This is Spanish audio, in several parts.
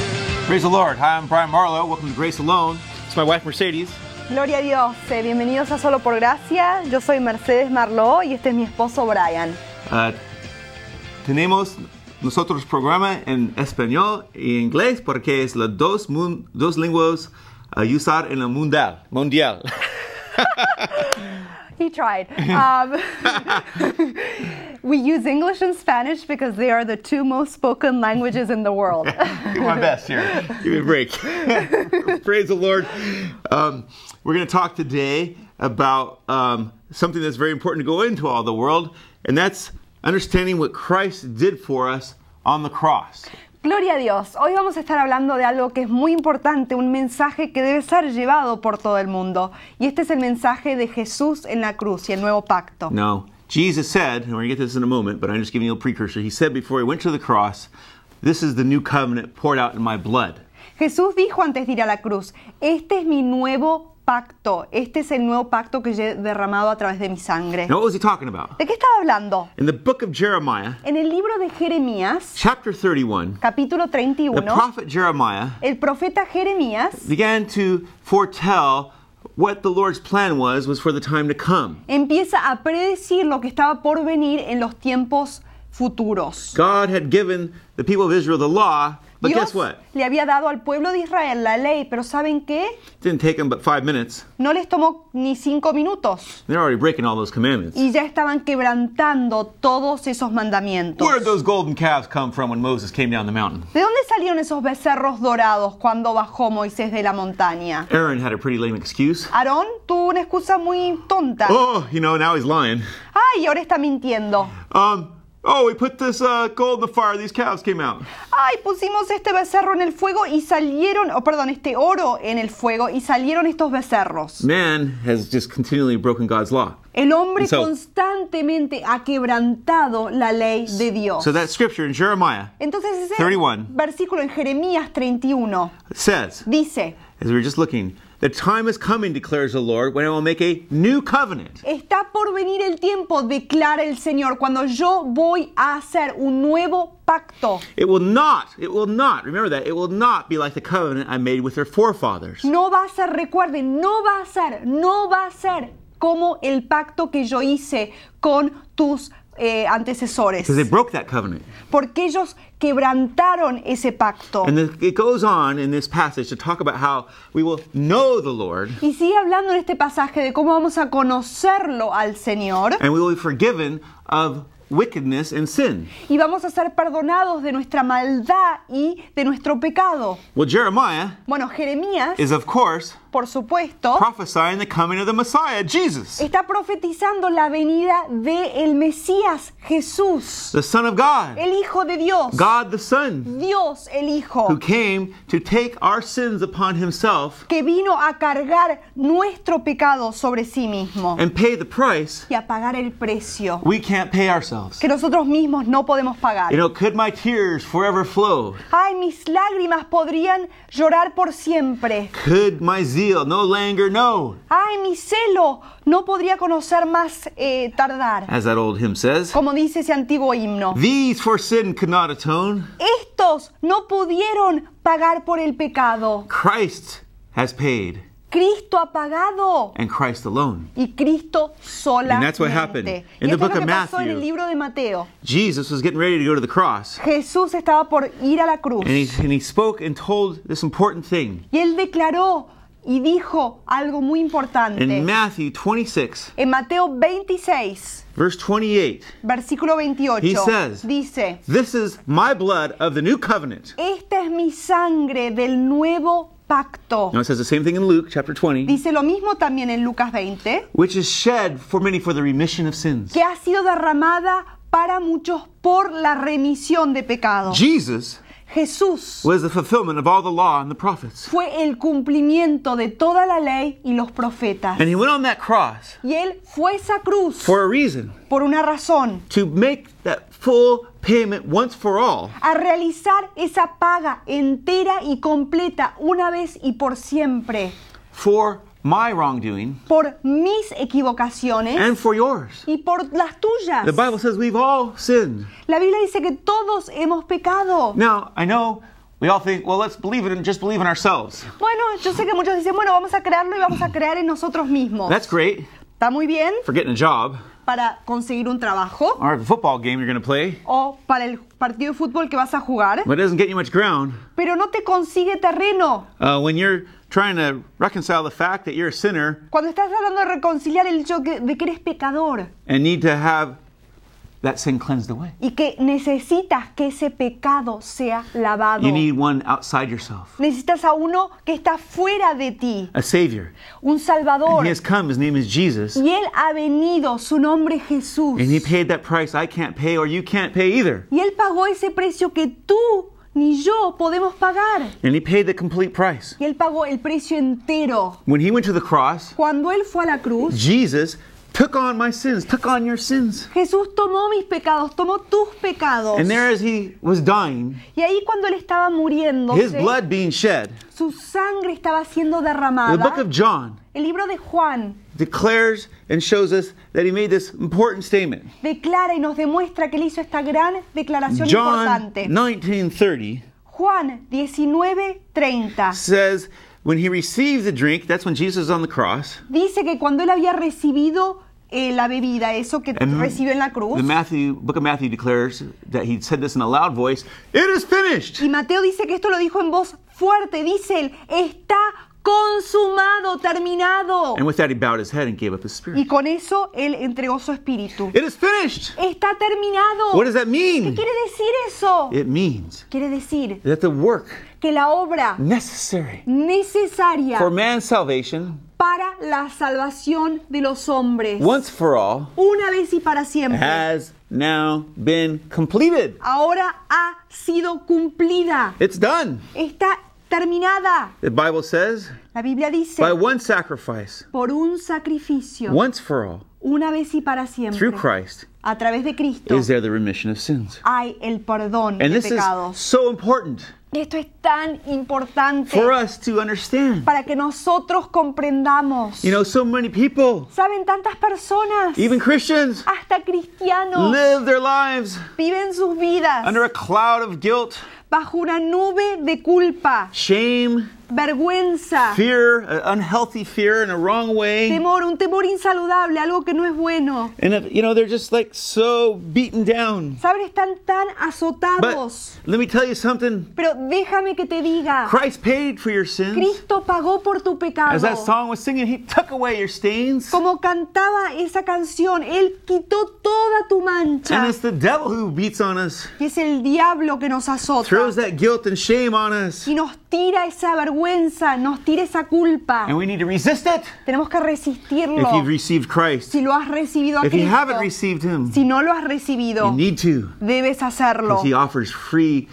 the Lord. Hi, I'm Brian Marlowe. Welcome to Grace Alone. It's my wife Mercedes. Gloria a Dios, Eh, bienvenidos a Solo por Gracia. Yo soy Mercedes Marlowe y este es mi esposo Brian. Uh, tenemos nosotros programa en español y inglés porque es las dos, mun- dos lenguas uh, a usar en el mundial. Mundial. He tried. Um, we use English and Spanish because they are the two most spoken languages in the world. Do my best here. Give me a break. Praise the Lord. Um, we're going to talk today about um, something that's very important to go into all the world, and that's understanding what Christ did for us on the cross. Gloria a Dios, hoy vamos a estar hablando de algo que es muy importante, un mensaje que debe ser llevado por todo el mundo. Y este es el mensaje de Jesús en la cruz y el nuevo pacto. Now, Jesus said, and we're going to get this in a moment, but I'm just giving you a precursor. He said before he went to the cross, This is the new covenant poured out in my blood. Jesús dijo antes de ir a la cruz, este es mi nuevo pacto, este es el nuevo pacto que yo he derramado a través de mi sangre. Now, what was he talking about? ¿De qué estaba hablando? In the book of Jeremiah, En el libro de Jeremías, chapter 31, capítulo the 31, prophet Jeremiah el profeta Jeremías began to foretell what the Lord's plan was was for the time to come. empieza a predecir lo que estaba por venir en los tiempos futuros. God had given the people of Israel the law, but guess Dios what? le había dado al pueblo de Israel la ley, pero ¿saben qué? It didn't take them but five minutes. No les tomó ni cinco minutos They're already breaking all those commandments. y ya estaban quebrantando todos esos mandamientos. Where did those golden calves come from when Moses came down the mountain? ¿De dónde salieron esos becerros dorados cuando bajó Moisés de la montaña? Aaron had a pretty lame excuse. Aarón tuvo una excusa muy tonta. Oh, you know, now he's lying. Ay, ahora está mintiendo. Um, oh, we put this uh, gold in the fire, these calves came out. Ay, pusimos este becerro en el fuego y salieron, o perdón, este oro en el fuego y salieron estos becerros. Man has just continually broken God's law. El hombre So- constantemente ha quebrantado la ley de Dios. So that scripture in Jeremiah Entonces ese 31. versículo en Jeremías 31 says, dice, As we were just looking, the time is coming, declares the Lord, when I will make a new covenant Está por venir el tiempo, declara el Señor, cuando yo voy a hacer un nuevo pacto. It will not, it will not, remember that, it will not be like the covenant I made with their forefathers. No va a ser, recuerden, no va a ser, no va a ser como el pacto que yo hice con tus eh, antecesores. Because they broke that covenant. Porque ellos quebrantaron ese pacto. And the, it goes on in this passage to talk about how we will know the Lord Y sigue hablando en este pasaje de cómo vamos a conocerlo al Señor and we will be forgiven of wickedness and sin. y vamos a ser perdonados de nuestra maldad y de nuestro pecado. Well, Jeremiah Bueno, Jeremías, is, of course, por supuesto, Ah. prophesying the coming of the Messiah, Jesus, está profetizando la venida de el Mesías Jesús, the Son of God, el Hijo de Dios, God the Son, Dios el Hijo, who came to take our sins upon himself que vino a cargar nuestro pecado sobre sí mismo and pay the price y a pagar el precio we can't pay ourselves. que nosotros mismos no podemos You pagar. know, could my tears forever flow? Ay, mis lágrimas podrían llorar por siempre. Could my zeal no longer know? Ay, mi celo no podría conocer más eh, tardar. As that old hymn says, Como dice ese antiguo himno. these for sin could not atone. Estos no pudieron pagar por el pecado. Christ has paid, Cristo ha pagado. and Christ alone. Y Cristo And that's what happened solamente. in the y esto book es lo of que pasó en Matthew. el libro de Mateo. Jesus was getting ready to go to the cross, Jesús estaba por ir a la cruz. and he, and he spoke and told this important thing. Y él declaró y dijo algo muy In importante. Matthew 26, En Mateo 26, verse 28, versículo 28, He says- dice, this is my blood of the new covenant. esta es mi sangre del nuevo pacto. Now it says the same thing in Luke chapter 20, Dice lo mismo también en Lucas 20, which is shed for many for the remission of sins. que ha sido derramada para muchos por la remisión de pecados. Jesus Jesús was the fulfillment of all the law and the prophets. fue el cumplimiento de toda la ley y los profetas. And he went on that cross Y él fue a esa cruz for a reason por una razón, to make that full payment once for all a realizar esa paga entera y completa una vez y por siempre, for my wrongdoing por mis equivocaciones and for yours. y por las tuyas. The Bible says we've all sinned. La Biblia dice que todos hemos pecado. Now, I know we all think, well, let's believe it and just believe in ourselves. Bueno, yo sé que muchos dicen, bueno, vamos a crearlo y vamos a crear en nosotros mismos. That's great Está muy bien for getting a job para conseguir un trabajo or a football game you're going to play, o para el partido de fútbol que vas a jugar, but it doesn't get you much ground pero no te consigue terreno. uh, when you're trying to reconcile the fact that you're a sinner Cuando estás tratando de reconciliar el yo que- de que eres pecador and need to have that sin cleansed away. y que necesitas que ese pecado sea lavado. You need one outside yourself, Necesitas a uno que está fuera de ti, a Savior. un And Salvador. He has come. His name is Jesus. Y Él ha venido, su nombre es Jesús. And He paid that price I can't pay or you can't pay either. Y Él pagó ese precio que tú ni yo podemos pagar. And He paid the complete price. Y Él pagó el precio entero. When He went to the cross, Cuando Él fue a la cruz, Jesus took on my sins, took on your sins. Jesús tomó mis pecados, tomó tus pecados. And there, as He was dying, Y ahí cuando Él estaba muriendo, His blood being shed, su sangre estaba siendo the book derramada. of John El libro de Juan declares and shows us that He made this important statement. declara y nos demuestra que Él hizo esta gran declaración John importante. 19:30 Juan 19:30 says, when He received the drink, that's when Jesus is on the cross. dice que cuando Él había recibido eh, la bebida, eso que And recibió en la cruz, The Matthew, book of Matthew declares that he said this in a loud voice, "It is finished." Y Mateo dice que esto lo dijo en voz fuerte. Dice él, está consumado, terminado. And with that he bowed his head and gave up his Y spirit. con eso él entregó su espíritu. It is finished. Está terminado. What does that ¿Qué mean? quiere decir eso? It means Quiere decir that the work que la obra necessary necesaria for man's salvation para la salvación de los hombres, once for all una vez y para siempre, has now been completed. ahora ha sido cumplida. It's done. Está terminada. The Bible says, La Biblia dice, by one sacrifice, por un sacrificio, once for all, una vez y para through siempre. Christ, a través de Cristo is there the remission of sins. hay el perdón And de this is pecados. so important Esto es tan importante for us to understand. para que nosotros comprendamos. You know, so many people, Saben tantas personas, even Christians, hasta cristianos, live their lives viven sus vidas under a cloud of guilt, bajo una nube de culpa, shame, vergüenza, fear, uh, unhealthy fear in a wrong way. temor, un temor insaludable, algo que no es bueno. And, uh, you know, they're just like so beaten down. Saben, están tan But azotados. let me tell you something Pero déjame que te diga, Christ paid for your sins. Cristo pagó por tu As that pecado. song was singing, He took away your stains. Como cantaba esa canción, Él quitó toda tu And mancha. it's the devil who beats on us, Y es el diablo que nos azota. throws that guilt and shame on us. Y nos tira esa vergüenza, nos tira esa culpa. And we need to resist it. Tenemos que If resistirlo. you've received Christ, Si lo has recibido a if you haven't Cristo, received Him, si no lo has you recibido, need to. debes hacerlo. Because he offers free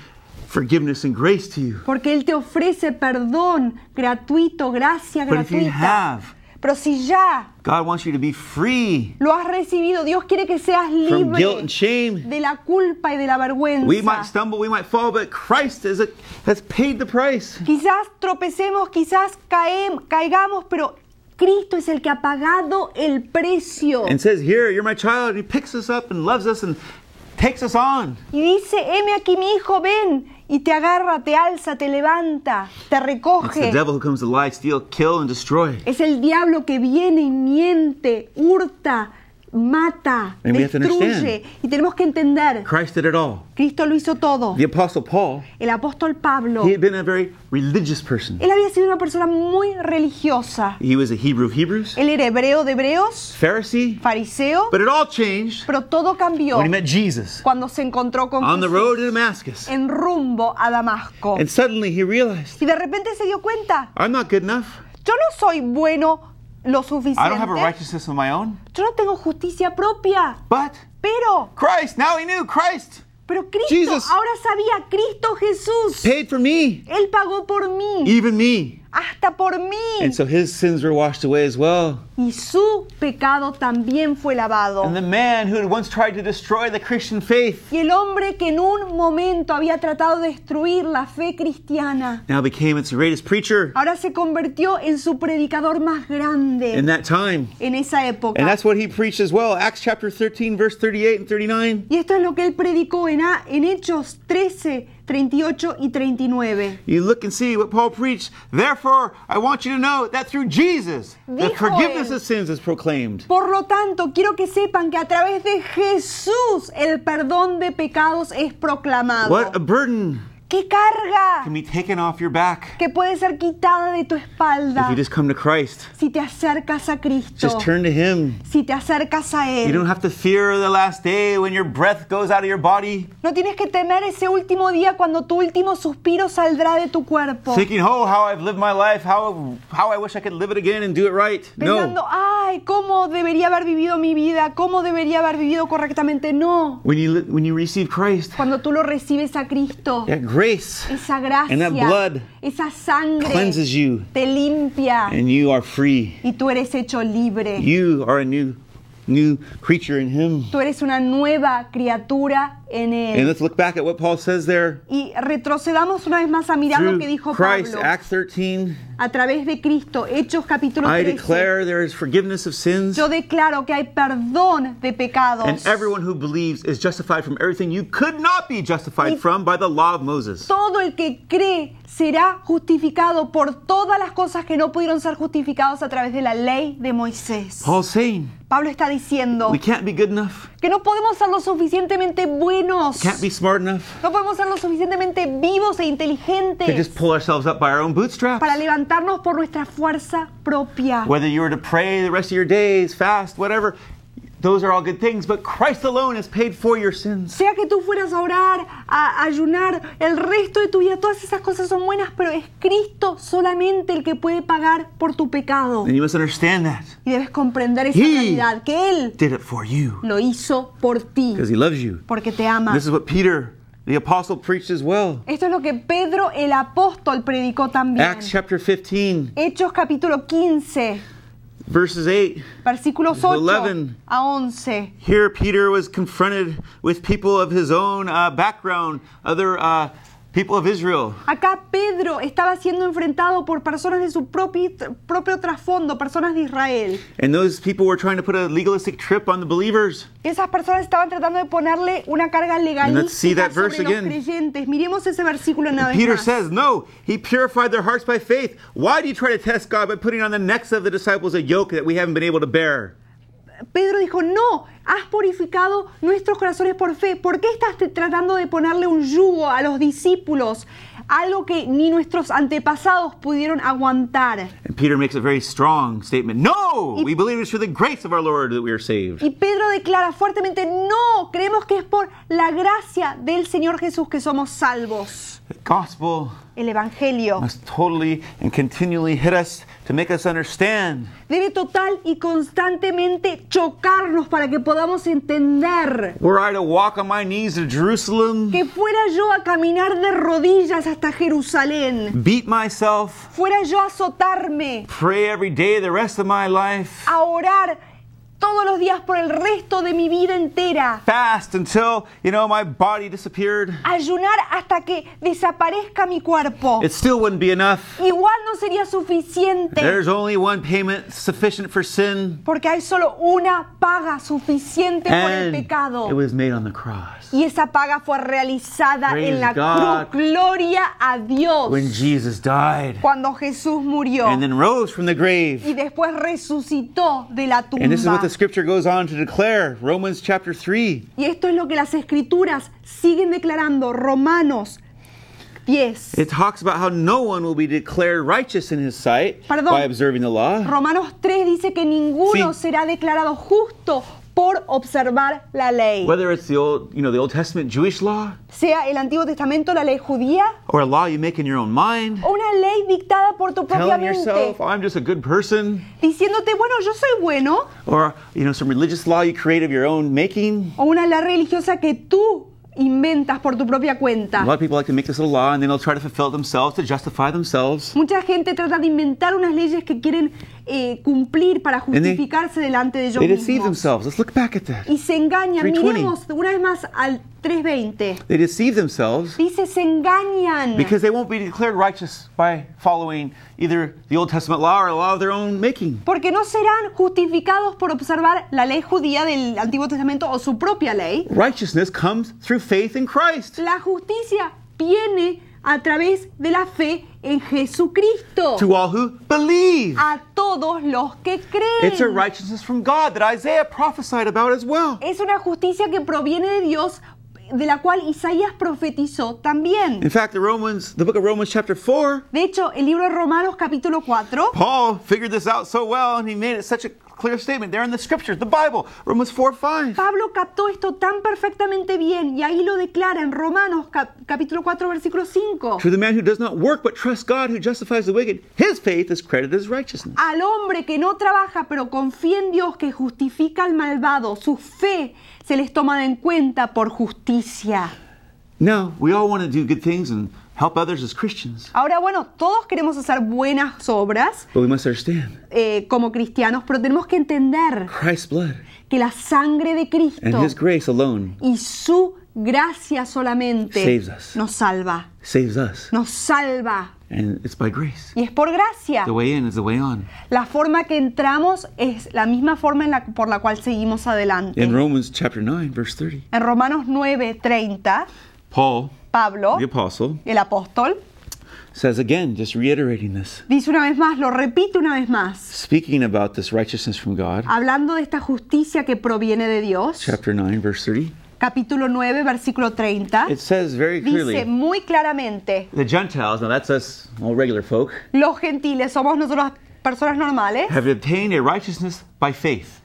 forgiveness and grace to you. Porque Él te ofrece perdón gratuito, gracia But if you gratuita. have, Pero si ya God wants you to be free lo has recibido, Dios quiere que seas from guilt libre and shame. de la culpa y de la We might vergüenza. stumble, we might fall, but Christ is a, has paid the price. Quizás tropecemos, quizás caem- caigamos, pero Cristo es el que ha pagado el precio. And says, Here, you're my child. And he picks us up and loves us and takes us on. Y dice, heme aquí mi hijo, ven. Y te agarra, te alza, te levanta, te It's the recoge. devil who comes to lie, steal, kill, and destroy. Es el diablo que viene y miente, hurta, mata, And we have to destruye. Y tenemos que entender, Christ did it all. Cristo lo hizo todo. The Apostle Paul, El apóstol Pablo, he had been a very religious person. él había sido una persona muy religiosa. He was a Hebrew of Hebrews, Él era hebreo de hebreos, Pharisee. fariseo, But it all changed pero todo cambió when he met Jesus cuando se encontró con on the Jesús road to Damascus. en rumbo a Damasco. And suddenly he realized, Y de repente se dio cuenta, I'm not good enough. Yo no soy bueno lo I don't have a suficiente. righteousness of my own. Yo no tengo justicia propia. But Pero, Christ, now he knew Christ pero Cristo, Jesus. ahora sabía, Cristo Jesús. paid for me, Él pagó por mí, even me. hasta por mí. And so his sins were washed away as well. Y su pecado también fue lavado. And the man who had once tried to destroy the Christian faith Y el hombre que en un momento había tratado de destruir la fe cristiana, now became its greatest preacher ahora se convirtió en su predicador más in grande that time. en esa And época. that's what he preached as well. Acts chapter 13, verse 38 and 39. Y esto es lo que él predicó en, A- en Hechos 13, 38 y 39. You look and see what Paul preached. Therefore, I want you to know that through Jesus, the Dijo forgiveness él. of sins is proclaimed. Por lo tanto, quiero que sepan que a través de Jesús el perdón de pecados es proclamado. What a burden ¡Qué carga! can be taken off your back Que puede ser quitada de tu if espalda you just come to Christ. si te acercas a Cristo, Just turn to Him. si te acercas a You don't Él. have to fear the last day when your breath goes out of your body, No tienes que temer ese último día cuando tu último suspiro saldrá de tu cuerpo. thinking, "Oh, how I've lived my life, how how I wish I could live it again and do it right." Pensando, No. ay, cómo debería haber vivido mi vida, cómo debería haber vivido correctamente. No, When you li- when you receive Christ, cuando tú lo recibes a Cristo, that grace esa gracia, And that blood esa sangre cleanses you te limpia and you are free. y tú eres hecho libre. You are a new new creature in him. tú eres una nueva criatura en And Él. let's look back at what Paul says there. Y retrocedamos una vez más a mirar lo Through que dijo Christ, Pablo Acts 13, a través de Cristo, Hechos capítulo I 13. declare there is forgiveness of sins. Yo declaro que hay perdón de pecados. And everyone who believes is justified from everything you could not be Y- justified from by the law of Moses. Todo el que cree será justificado por todas las cosas que no pudieron ser justificados a través de la ley de Moisés. Paul's saying Pablo está diciendo we can't be good enough, que no podemos ser lo suficientemente buenos, can't be smart enough no podemos ser lo suficientemente vivos e to inteligentes just pull ourselves up by our own bootstraps. para levantarnos por nuestra fuerza propia. Whether you were to pray the rest of your days, fast, whatever, those are all good things, but Christ alone has paid for your sins. Sea que tú fueras a orar, a ayunar, el resto de tu vida, todas esas cosas son buenas, pero es Cristo solamente el que puede pagar por tu pecado. And you must understand that. Y debes comprender esa He- realidad, que Él Did it for you lo hizo por ti, because he loves you. porque te ama. This is what Peter, the apostle, preached as well. Esto es lo que Pedro el apóstol predicó también. Acts chapter 15, Hechos capítulo 15, verses 8. versículos 8 11. a 11. Here, Peter was confronted with people of his own uh, background, other uh, people of Israel. Acá Pedro estaba siendo enfrentado por personas de su propio, propio trasfondo, personas de Israel. And those people were trying to put a legalistic trip on the believers. Esas personas estaban tratando de ponerle una carga let's see legalística that sobre verse los again. creyentes. Miremos ese versículo una vez Peter más. says, No, he purified their hearts by faith. Why do you try to test God by putting on the necks of the disciples a yoke that we haven't been able to bear? Pedro dijo, no, has purificado nuestros corazones por fe. ¿Por qué estás te- tratando de ponerle un yugo a los discípulos? Algo que ni nuestros antepasados pudieron aguantar. And Peter makes a very strong statement No, we believe it's through the grace of our Lord that we are saved. Y Pedro declara fuertemente, no, creemos que es por la gracia del Señor Jesús que somos salvos. The gospel El Evangelio must totally and continually hit us to make us understand debe total y constantemente chocarnos para que podamos entender Were I to walk on my knees to Jerusalem, que fuera yo a caminar de rodillas hasta Jerusalén, beat myself, fuera yo a azotarme, pray every day the rest of my life, a orar todos los días por el resto de mi vida entera, fast until, you know, my body disappeared, a ayunar hasta que desaparezca mi cuerpo. it still wouldn't be enough. Igual no sería suficiente. There's only one payment sufficient for sin, Porque hay solo una paga suficiente por and el pecado. it was made on the cross. Y esa paga fue realizada Praise en la God. cruz. Gloria a Dios. When Jesus died cuando Jesús murió and then rose from the y grave. después resucitó de la And this is tumba. what the scripture goes on to declare Romans chapter 3. Y esto es lo que las escrituras siguen declarando. Romanos 10. It talks about how no one will be declared righteous in his sight Perdón. by observing the law. Romanos 3 dice que ninguno Sí. será declarado justo por observar la ley. whether it's the old you know the old testament jewish law Sea el Antiguo Testamento, la ley judía, or a law you make in your own mind o una ley dictada por tu propia telling mente. yourself i'm just a good person Diciéndote, bueno, yo soy bueno, or you know some religious law you create of your own making o una ley religiosa que tú inventas por tu propia a cuenta. lot of people like to make this little law and then they'll try to fulfill it themselves to justify themselves Mucha gente trata de inventar unas leyes que quieren eh, cumplir para they- justificarse delante de ellos they deceive mismos. themselves let's look back at that Y se engañan. 320. Miremos una vez más al 320. they deceive themselves Dice, se engañan. because they won't be declared righteous by following either the old testament law or a law of their own making Porque no serán justificados por observar la ley judía del Antiguo Testamento o su propia ley. righteousness comes through faith in christ La justicia viene a través de la fe en Jesucristo. to all who believe. A todos los que It's a creen. righteousness from God that Isaiah prophesied about as well. Es una justicia que proviene de Dios, de la cual Isaías profetizó también. In fact, the Romans, the book of Romans chapter 4, De hecho, el libro de Romanos capítulo 4 Paul figured this out so well and he made it such a clear statement there in the scriptures, the Bible, Romans 4 5. Pablo captó esto tan perfectamente bien y ahí lo declara en Romanos cap- capítulo 4 versículo 5. To the man who does not work but trusts God who justifies the wicked, his faith is credited as righteousness. Al hombre que no trabaja pero confía en Dios que justifica al malvado, su fe se les toma en cuenta por justicia. Now, we all want to do good things and help others as Christians, Ahora bueno, todos queremos hacer buenas obras but we must understand eh, como cristianos, pero tenemos que entender Christ's blood que la sangre de and Cristo his grace alone y su gracia solamente Saves us. nos salva, saves us. nos salva. And it's by grace. Y es por gracia. The way in is the way on. La forma que entramos es la misma forma en la- por la cual seguimos adelante. In Romans chapter 9, verse 30, En Romanos 9:30, Paul, Pablo, the apostle, el apóstol, says again, just reiterating this, dice una vez más, lo repite una vez más, speaking about this righteousness from God, hablando de esta justicia que proviene de Dios, chapter 9, verse 30, capítulo 9, versículo 30, it says very dice clearly muy claramente, the Gentiles, now that's us, all regular folk, los gentiles, somos nosotros personas normales, have obtained a righteousness by faith.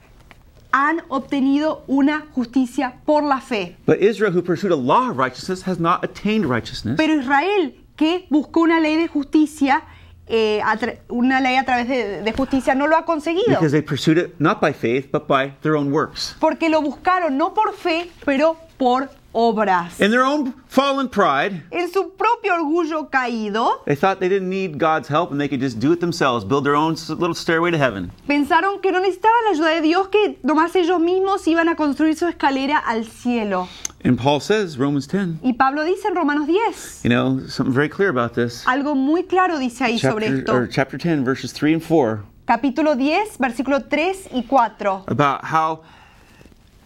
han obtenido una justicia por la fe. But Israel, who pursued a law of righteousness, has not attained righteousness. Pero Israel, que buscó una ley de justicia, eh, a tra- una ley a través de, de justicia, no lo ha conseguido. Because they pursued it not by faith, but by their own works. Porque lo buscaron no por fe, pero por obras. In their own fallen pride, En su propio orgullo caído, they thought they didn't need God's help and they could just do it themselves, build their own s- little stairway to heaven. pensaron que no necesitaban la ayuda de Dios, que nomás ellos mismos iban a construir su escalera al cielo. And Paul says, Romans 10, Y Pablo dice en Romanos 10, you know, something very clear about this. algo muy claro dice ahí sobre Chapter, esto. or chapter 10, verses 3 and 4. Capítulo 10, versículo 3 y 4. about how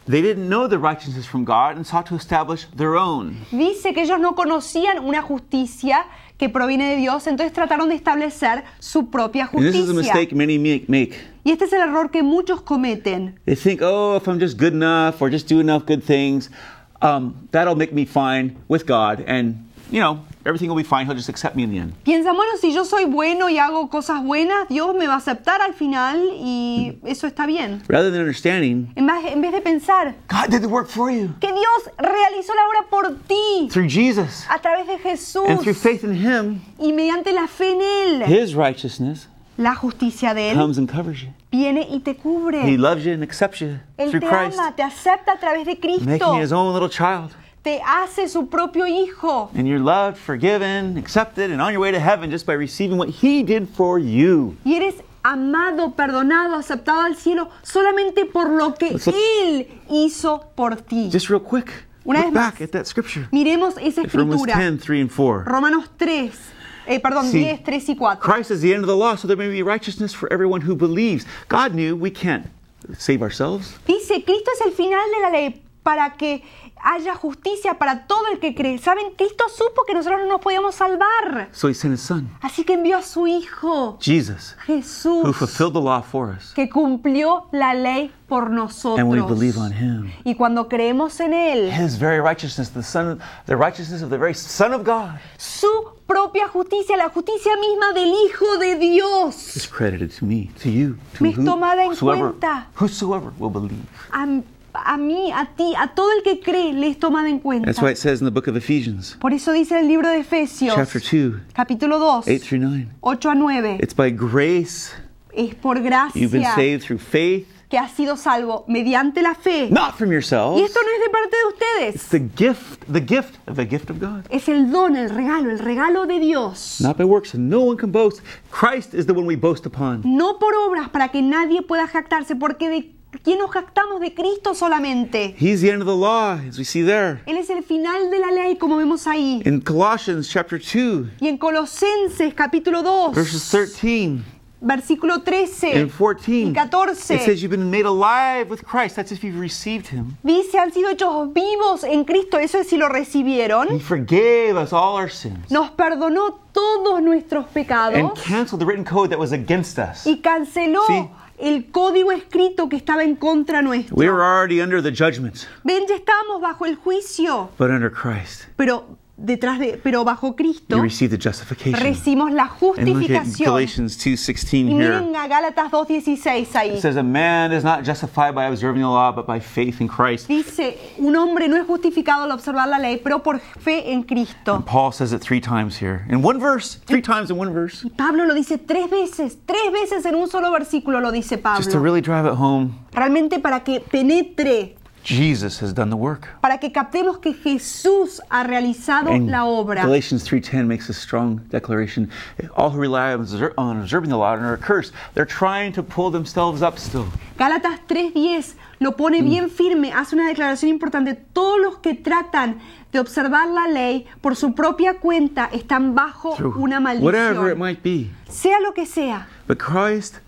they didn't know the righteousness from God and sought to establish their own. Dice que ellos no conocían una justicia que proviene de Dios, entonces trataron de establecer su propia And this is a justicia. mistake many make. make. Y este es el error que muchos cometen. They think, oh, if I'm just good enough or just do enough good things, um, that'll make me fine with God, and you know everything will be fine. He'll just accept me in the end. Piensan, bueno, si yo soy bueno y hago cosas buenas, Dios me va a aceptar al final y eso está bien. Rather than understanding, En vez, en vez de pensar God did the work for you que Dios realizó la obra por ti through Jesus a través de and through Jesús faith in Him, y mediante la fe en Él, His righteousness la justicia de Él comes and covers you. viene y te He cubre. loves you and accepts you Él through te Christ, ama, te acepta a través de making Cristo. you His own little child. te hace su propio hijo. And you're loved, forgiven, accepted, and on your way to heaven just by receiving what He did for you. Y eres amado, perdonado, aceptado al cielo solamente por lo que Eso- Él hizo por ti. Just real quick, Una look vez back más. at that scripture. Miremos esa It's Romans escritura. 10, 3 and 4. Romanos 3, eh, perdón, Sí. 10, 3 y 4. Christ is the end of the law, so there may be righteousness for everyone who believes. God knew we can't save ourselves. Dice, Cristo es el final de la ley para que haya justicia para todo el que cree. Saben, Cristo supo que nosotros no nos podíamos salvar. So He sent His Son, Así que envió a su Hijo, Jesus, who Jesús, fulfilled the law for us. que cumplió la ley por And when we nosotros. believe on Him, Y cuando creemos en Él, His very righteousness, the Son, the righteousness of the very Son of God, su propia justicia, la justicia misma del Hijo de Dios, is credited to me, to you, to Me es tomada en whosoever, cuenta. whosoever will believe. a, a mí, a ti, a todo el que cree, le es tomada en cuenta. That's why it says in the book of Ephesians, Por eso dice el libro de Efesios, chapter 2, capítulo 2, 8 through 9. 8 a 9. It's by grace es por you've been gracia saved through faith, que has sido salvo mediante la fe. not from yourselves. Y esto no es de parte de ustedes. It's the gift, the gift of the gift of God. Es el don, el regalo, el regalo de Dios. Not by works, and no one can boast. Christ is the one we boast upon. No por obras para que nadie pueda jactarse, porque de quién nos jactamos de Cristo solamente. He's the end of the law, as we see there. Él es el final de la ley, como vemos ahí. In Colossians chapter 2, Y en Colosenses capítulo 2, verses 13, versículo 13 And 14, y 14. it says you've been made alive with Christ. That's if you've received him. dice, han sido hechos vivos en Cristo, eso es si lo recibieron. He forgave us all our sins Nos perdonó todos nuestros and pecados canceled the written code that was against us. y canceló Sí. el código escrito que estaba en contra nuestro. We were already under the judgment, Ven, ya estábamos bajo el juicio, but under Christ, pero detrás de, pero bajo you Cristo received the justification. recibimos la And look at justificación. Galatians 2:16 Y here. miren a Gálatas 2.16 ahí. It says a man is not justified by observing the law, but by faith in Christ. Dice, un hombre no es justificado al observar la ley, pero por fe en Cristo. Paul says it three times here. In one verse, three times in one verse. Pablo lo dice tres veces, tres veces en un solo versículo lo dice Just to Pablo. really drive it home, Realmente para que penetre, Jesus has done the work. para que captemos que Jesús ha realizado And la obra. Galatians 3:10 makes a strong declaration. All who rely on obser- on observing the law and are cursed. They're trying to pull themselves up still. Gálatas 3.10 lo pone Mm. bien firme, hace una declaración importante. Todos los que tratan de observar la ley por su propia cuenta están bajo una Whatever it maldición. might be. Sea lo que sea, But Christ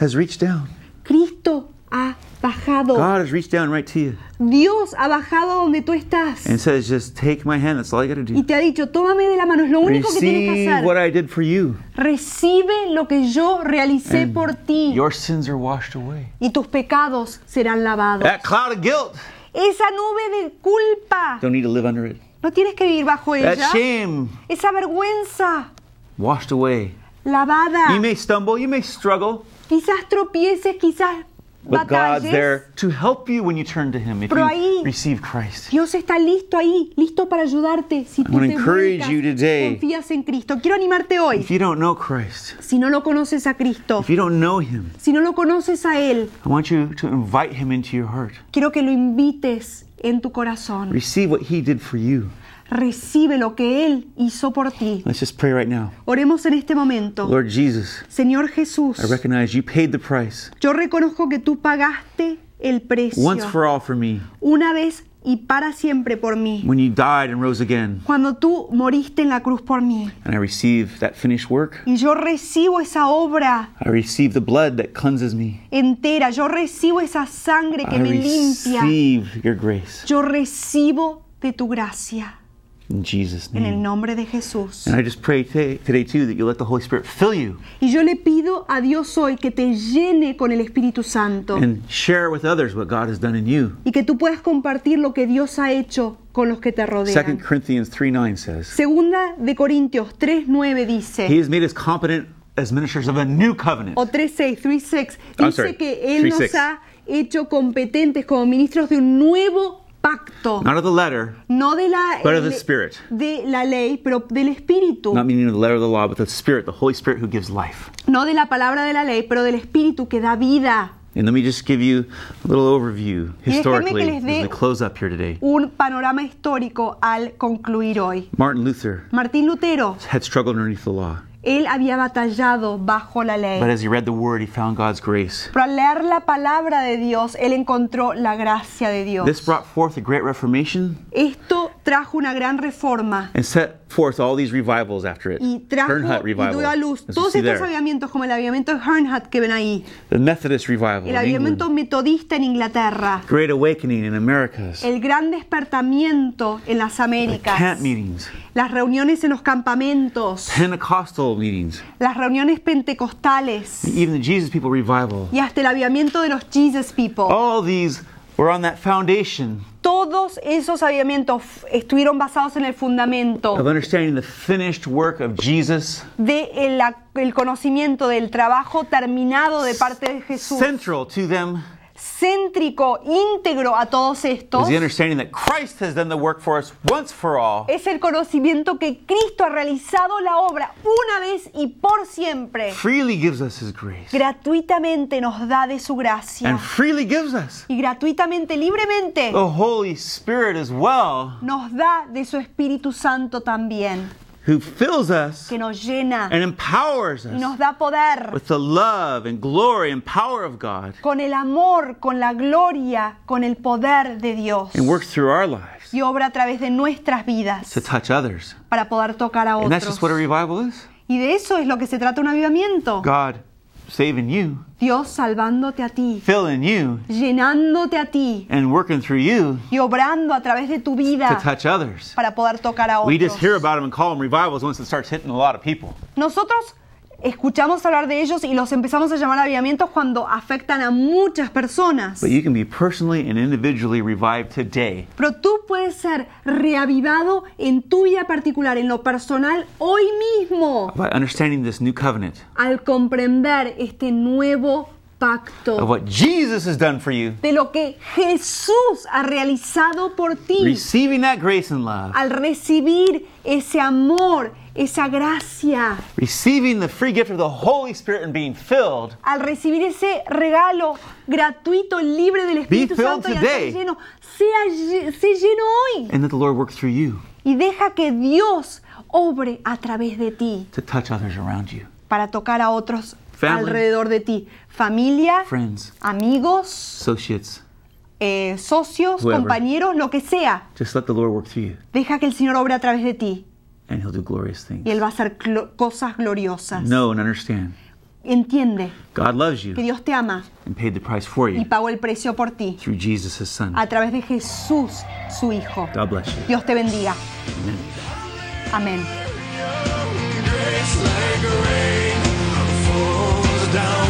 has reached down. Cristo ha bajado. God has reached down right to you Dios ha bajado donde tú estás and says, "Just take my hand. That's all you got to y do. te ha dicho, tómame de la mano, es lo único que tienes que Receive hacer. what I did for you. Recibe lo que yo realicé And por ti Your sins are washed away. y tus pecados serán lavados. That cloud of guilt. Esa nube de culpa, Don't need to live under it. no tienes que vivir bajo That ella. shame Esa vergüenza washed away. lavada. You may stumble, you may struggle, Quizás tropieces, quizás but God's batalles. there to help you when you turn to Him if you Pero ahí- receive Christ. Dios está listo ahí, listo para ayudarte si tú wanna te encourage vuelcas, you today. confías en Cristo. Quiero animarte hoy. If you don't know Christ, Si no lo conoces a Cristo, if you don't know Him, Si no lo conoces a Él, I want you to invite Him into your heart. quiero que lo invites en tu corazón. Receive what He did for you. Recibe lo que Él hizo por ti. Let's just pray right now. Oremos en este momento. Lord Jesus, Señor Jesús, I recognize you paid the price yo reconozco que tú pagaste el once precio for all for me una vez y para siempre por mí. when you died and rose again. Cuando tú moriste en la cruz por mí. And I receive that finished work. Y yo recibo esa obra I receive the blood that cleanses me. entera, yo recibo esa sangre que I me limpia. receive your grace Yo recibo de tu gracia. in Jesus' En el name. nombre de Jesús. Mm. And I just pray today, today too that you let the Holy Spirit fill you Y yo le pido a Dios hoy que te llene con el Espíritu Santo and share with others what God has done in you. y que tú puedas compartir lo que Dios ha hecho con los que te 2 rodean. Corinthians 3 9 says, Segunda de Corintios 3.9 He dice, has made us competent as ministers of a new covenant. o 3.6, 3.6, I'm dice sorry, que Él nos 3:6. ha hecho competentes como ministros de un nuevo pacto. Not of the letter, No de la, But of the Spirit. de la ley, pero del Espíritu. not meaning the letter of the law, but the Spirit, the Holy Spirit who gives life. No de la palabra de la ley, pero del Espíritu que da vida. And let me just give you a little overview que historically les as dé- we close up here today. Un panorama histórico al concluir hoy. Martin Luther Martín Lutero had struggled underneath the law, Él había batallado bajo la ley. but as he read the Word, he found God's grace. Pero al leer la palabra de Dios, él encontró la gracia de Dios. This brought forth a great reformation Esto trajo una gran reforma and set forth all these revivals after it. y trajo Hernhut y dio a revival. luz as we todos see estos there. avivamientos, como el avivamiento de Hernhut que ven ahí, The Methodist revival. el in avivamiento England. metodista en Inglaterra, Great awakening in Americas. el gran despertamiento en las Américas, Camp meetings. las reuniones en los campamentos, Pentecostal meetings. las reuniones pentecostales Even the Jesus people revival. y hasta el avivamiento de los Jesus People. All these were on that foundation Todos esos avivamientos f- estuvieron basados en el of fundamento understanding the finished work of Jesus, del conocimiento del trabajo terminado de parte de Jesús, central to them. céntrico, íntegro a todos Is estos. the understanding that Christ has done the work for us once for all, Es el conocimiento que Cristo ha realizado la obra una vez y por siempre. freely gives us His grace, Gratuitamente nos da de su gracia. and freely gives us Y gratuitamente, libremente, the Holy Spirit as well, nos da de su Espíritu Santo también, who fills us que nos llena and empowers y nos us da poder. with the love and glory and power of God, con el amor, con la gloria, con el poder de Dios. and works through our lives Y obra a través de nuestras vidas to touch others. para poder tocar a And that's otros. just what a revival is. Y de eso es lo que se trata un avivamiento. God saving you, Dios salvándote a ti, filling you, llenándote a ti and working through you y obrando a través de tu to vida touch others. para poder tocar a We just otros. hear about them and call them revivals once it starts hitting a lot of people. Nosotros escuchamos hablar de ellos y los empezamos a llamar avivamientos cuando afectan a muchas personas. But you can be personally and individually revived today. Pero tú puedes ser reavivado en tu vida particular, en lo personal, hoy mismo, by understanding this new covenant al comprender este nuevo of pacto what Jesus has done for you, de lo que Jesús ha realizado por ti, receiving that grace and love, al recibir ese amor, esa gracia, receiving the free gift of the Holy Spirit and being filled. al recibir ese regalo gratuito, libre del Espíritu filled Santo y al ser today. lleno, sea, lle- sé lleno hoy And that the Lord work through you y deja que Dios obre a través de ti. to touch others around you. para tocar a otros Family. alrededor de ti. Familia, Friends, amigos, associates, eh, socios, Whoever. compañeros, lo que sea. just let the Lord work through you Deja que el Señor obre a través de ti and He'll do glorious things. y Él va a hacer clo- cosas gloriosas. Know and understand Entiende God loves que you Dios te ama and paid the price for y you pagó el precio por ti through Jesus, His Son. a través de Jesús, su Hijo. God bless you. Dios te bendiga. Amén. Grace like rain falls down